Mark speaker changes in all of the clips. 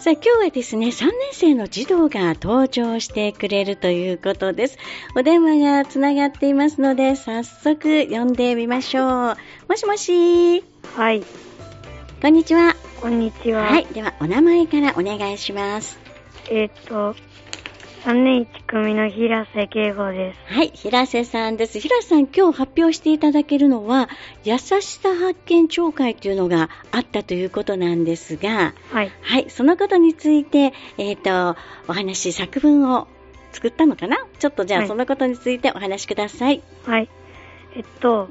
Speaker 1: さあ今日はですね、3年生の児童が登場してくれるということです。お電話がつながっていますので、早速呼んでみましょう。もしもし。
Speaker 2: はい。
Speaker 1: こんにちは。
Speaker 2: こんにちは。
Speaker 1: はい。では、お名前からお願いします。
Speaker 2: えー、っと、3年1組の平瀬慶吾です。
Speaker 1: はい、平瀬さんです。平瀬さん、今日発表していただけるのは、優しさ発見聴会というのがあったということなんですが、
Speaker 2: はい。
Speaker 1: はい、そのことについて、えっ、ー、と、お話、作文を作ったのかなちょっとじゃあ、はい、そのことについてお話しください。
Speaker 2: はい。えっと、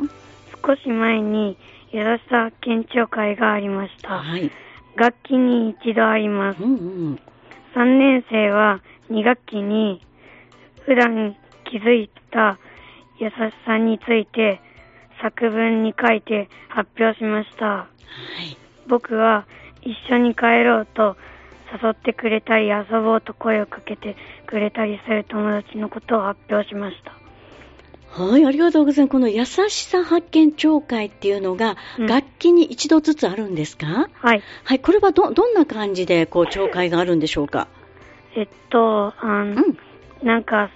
Speaker 2: 少し前に、優しさ発見聴会がありました。
Speaker 1: はい。
Speaker 2: 楽器に一度あります。
Speaker 1: うんうん。、
Speaker 2: 3年生は、2学期に普段気づいた優しさについて作文に書いて発表しました、はい僕は一緒に帰ろうと誘ってくれたり遊ぼうと声をかけてくれたりする友達のことを発表しました
Speaker 1: はいありがとうございますこの優しさ発見聴会っていうのが楽器に一度ずつあるんですか、うん、
Speaker 2: はい、
Speaker 1: はい、これはどどんな感じでこう聴会があるんでしょうか
Speaker 2: えっと、あの、うん、なんか、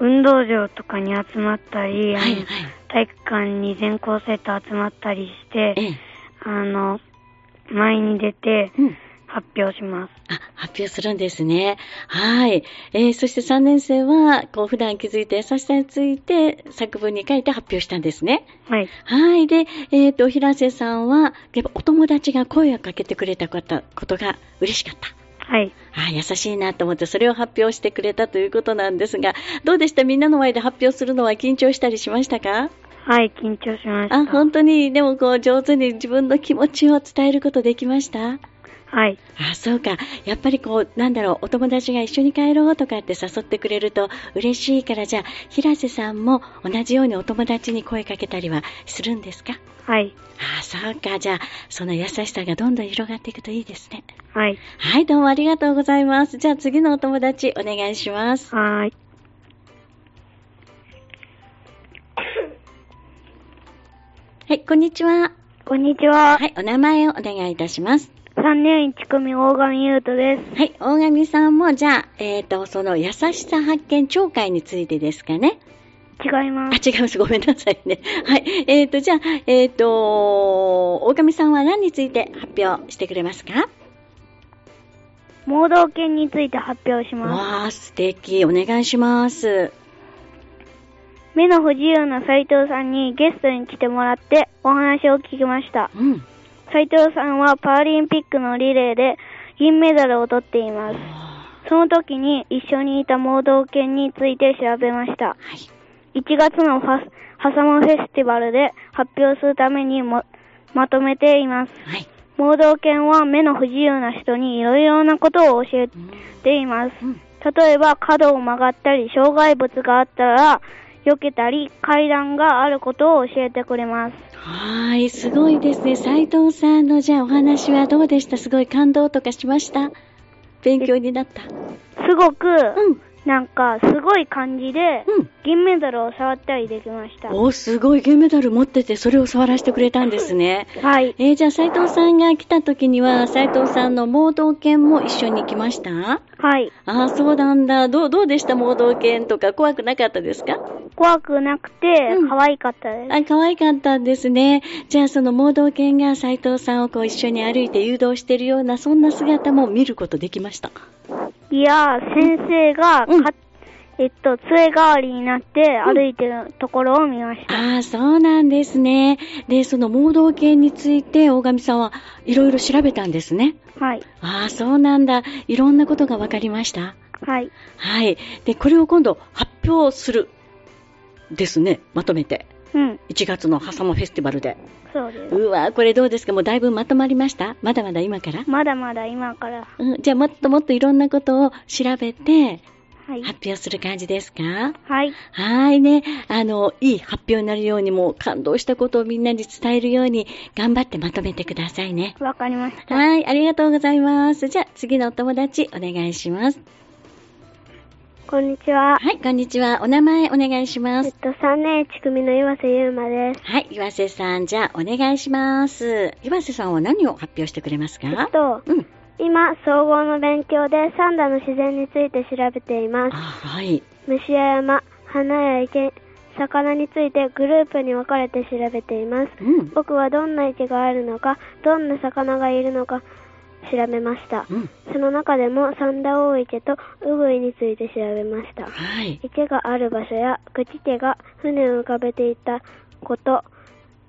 Speaker 2: 運動場とかに集まったり、
Speaker 1: はいはい、
Speaker 2: 体育館に全校生徒集まったりして、
Speaker 1: ええ、
Speaker 2: あの、前に出て、
Speaker 1: うん
Speaker 2: 発表します。
Speaker 1: あ、発表するんですね。はい。えー、そして3年生は、こう、普段気づいて優しさについて作文に書いて発表したんですね。
Speaker 2: はい。
Speaker 1: はい。で、えっ、ー、と、平瀬さんは、やっぱお友達が声をかけてくれたことが嬉しかった。
Speaker 2: はい。
Speaker 1: あ優しいなと思って、それを発表してくれたということなんですが、どうでしたみんなの前で発表するのは緊張したりしましたか
Speaker 2: はい、緊張しました。
Speaker 1: あ、本当に、でもこう、上手に自分の気持ちを伝えることできました
Speaker 2: はい。
Speaker 1: あ、そうか。やっぱりこう、なんだろう、お友達が一緒に帰ろうとかって誘ってくれると嬉しいから、じゃあ、平瀬さんも同じようにお友達に声かけたりはするんですか
Speaker 2: はい。
Speaker 1: あ、そうか。じゃあ、その優しさがどんどん広がっていくといいですね。
Speaker 2: はい。
Speaker 1: はい、どうもありがとうございます。じゃあ次のお友達お願いします。
Speaker 2: はい。
Speaker 1: はい、こんにちは。
Speaker 3: こんにちは。
Speaker 1: はい、お名前をお願いいたします。
Speaker 3: 3年1組大神優斗です。
Speaker 1: はい、大神さんも、じゃあ、えっ、ー、と、その優しさ発見聴会についてですかね。。
Speaker 3: 違います
Speaker 1: あ、違います。ごめんなさいね。 はい。えっ、ー、と、じゃあ、えっ、ー、と、大神さんは何について発表してくれますか
Speaker 3: 盲導犬について発表します。
Speaker 1: わあ、素敵。お願いします。
Speaker 3: 目の不自由な斉藤さんにゲストに来てもらってお話を聞きました。
Speaker 1: うん。、
Speaker 3: 斉藤さんはパリンピックのリレーで銀メダルを取っています。その時に一緒にいた盲導犬について調べました。はい1月のファハサマフェスティバルで発表するためにまとめています。
Speaker 1: はい
Speaker 3: 盲導犬は目の不自由な人にいろいろなことを教えています。例えば角を曲がったり、障害物があったら、避けたり、階段があることを教えてくれます。
Speaker 1: はい、すごいですね。斉藤さんのじゃあお話はどうでしたすごい感動とかしました勉強になった
Speaker 3: すごく、
Speaker 1: うん
Speaker 3: なんか、すごい感じで、銀メダルを触ったりできました。
Speaker 1: うん、おすごい、銀メダル持ってて、それを触らせてくれたんですね。
Speaker 3: はい。
Speaker 1: えー、じゃあ、斉藤さんが来た時には、斉藤さんの盲導犬も一緒に来ました
Speaker 3: はい。
Speaker 1: ああ、そうなんだ。どう、どうでした盲導犬とか、怖くなかったですか
Speaker 3: 怖くなくて、可愛かったです、うん。
Speaker 1: あ、可愛かったんですね。じゃあ、その盲導犬が斉藤さんをこう、一緒に歩いて誘導してるような、そんな姿も見ることできました。
Speaker 3: いや、先生が、うん、えっと、杖代わりになって歩いてるところを見ました。
Speaker 1: うん、ああ、そうなんですね。で、その盲導犬について、大神さんはいろいろ調べたんですね。
Speaker 3: はい。
Speaker 1: ああ、そうなんだ。いろんなことが分かりました。
Speaker 3: はい。
Speaker 1: はい。で、これを今度発表する。ですね。まとめて。
Speaker 3: うん。
Speaker 1: 1月のハサモフェスティバルで。
Speaker 3: そうです。
Speaker 1: うわこれどうですかもうだいぶまとまりましたまだまだ今から
Speaker 3: まだまだ今から。
Speaker 1: うん。じゃあもっともっといろんなことを調べて、
Speaker 3: はい、
Speaker 1: 発表する感じですか
Speaker 3: はい。
Speaker 1: はいね。あの、いい発表になるようにも、感動したことをみんなに伝えるように、頑張ってまとめてくださいね。
Speaker 3: わかりました。
Speaker 1: はい。ありがとうございます。じゃあ、次のお友達、お願いします。
Speaker 4: こんにちは。
Speaker 1: はい、こんにちは。お名前お願いします。えっ
Speaker 4: と、3年1組の岩瀬優馬です。
Speaker 1: はい、岩瀬さん、じゃあお願いします。岩瀬さんは何を発表してくれますか
Speaker 4: えっと、
Speaker 1: うん。
Speaker 3: 今、総合の勉強で三田の自然について調べていま
Speaker 1: あ
Speaker 3: す。
Speaker 1: はい。
Speaker 3: 虫や山、花や池、魚についてグループに分かれて調べています。
Speaker 1: うん。
Speaker 3: 僕はどんな池があるのか、どんな魚がいるのか調べました。
Speaker 1: うん。
Speaker 3: その中でも三田大池とウグイについて調べました。
Speaker 1: はい。
Speaker 3: 池がある場所や口手が船を浮かべていたこと、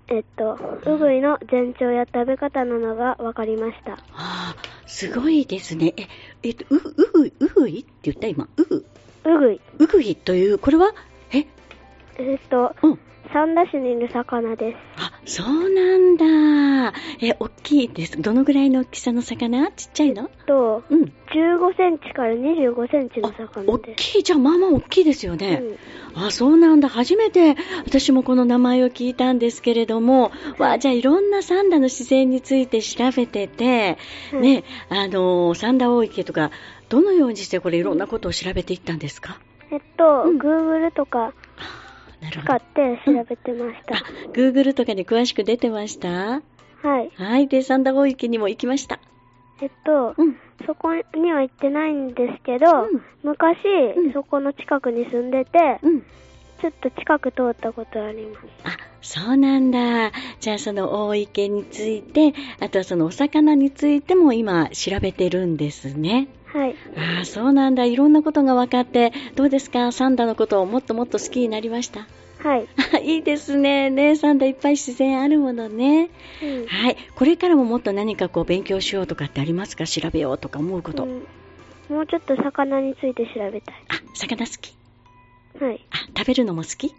Speaker 3: えっと、ウグイの全長や食べ方などが分かりました。
Speaker 1: ああ、すごいですね。え、えっと、う、うぐ、うぐいって言った今。うぐ、
Speaker 3: ウグイ、
Speaker 1: うぐいという、これは、え、
Speaker 3: えっと、
Speaker 1: うん。
Speaker 3: 三田市にいる魚です。
Speaker 1: あ、そうなんだ。え、大きいです。どのぐらいの大きさの魚ちっちゃいの
Speaker 3: と、
Speaker 1: うん。
Speaker 3: 15センチから25センチの
Speaker 1: あ、
Speaker 3: 魚
Speaker 1: 大
Speaker 3: です。
Speaker 1: きい。じゃあ、まあまあ大きいですよね。
Speaker 3: うん
Speaker 1: あ、そうなんだ。初めて私もこの名前を聞いたんですけれども、わあ、じゃあいろんなサンダの自然について調べてて、
Speaker 3: はい
Speaker 1: ね、あのー、サンダ大池とか、どのようにしてこれいろんなことを調べていったんですか
Speaker 3: えっと、
Speaker 1: うん
Speaker 3: Google とか
Speaker 1: なるほど。
Speaker 3: 使って調べてまし
Speaker 1: あ、Google とかに詳しく出てました
Speaker 3: た。はい。
Speaker 1: はい。で、サンダ大池にも行きました。
Speaker 3: えっと、
Speaker 1: うん。
Speaker 3: そこには行ってないんですけど、
Speaker 1: うん
Speaker 3: 昔、
Speaker 1: うん
Speaker 3: そこの近くに住んでて、
Speaker 1: うん。
Speaker 3: ちょっと近く通ったことあります。
Speaker 1: あ、そうなんだ。じゃあ、その大池について、あとはそのお魚についても今調べてるんですね。
Speaker 3: はい。
Speaker 1: ああ、そうなんだ。いろんなことが分かって、どうですかサンダのことをもっともっと好きになりました。
Speaker 3: はい。
Speaker 1: あいいですね。ね、サンダいっぱい自然あるものね。
Speaker 3: うん
Speaker 1: はい。これからももっと何かこう勉強しようとかってありますか調べようとか思うこと。
Speaker 3: うんもうちょっと魚について調べたい。
Speaker 1: あ、魚好き
Speaker 3: はい。
Speaker 1: あ、食べるのも好き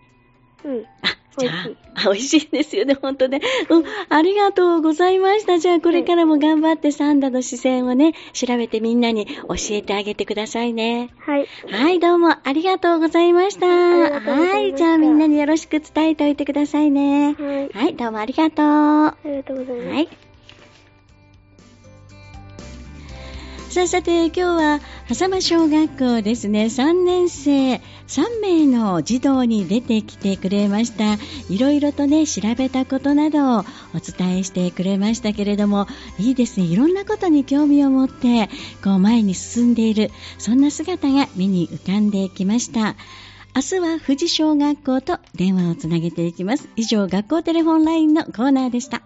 Speaker 3: うん。
Speaker 1: あ、じ
Speaker 3: 美
Speaker 1: ゃ
Speaker 3: 味しい
Speaker 1: あ、あ美味しいですよね、本当ね。うん、ありがとうございました。じゃあ、これからも頑張ってサンダの視線をね、調べてみんなに教えてあげてくださいね。
Speaker 3: はい。
Speaker 1: はい、どうもありがとうございました。
Speaker 3: りがとうございました
Speaker 1: はい、じゃあみんなによろしく伝えておいてくださいね。
Speaker 3: はい。
Speaker 1: はい、どうもありがとう。
Speaker 3: ありがとうございます。
Speaker 1: はい。さあさて、今日は、狭間小学校ですね、3年生、3名の児童に出てきてくれました。いろいろとね、調べたことなどをお伝えしてくれましたけれども、いいですね、いろんなことに興味を持って、こう前に進んでいる、そんな姿が目に浮かんできました。明日は富士小学校と電話をつなげていきます。以上、学校テレフォンラインのコーナーでした。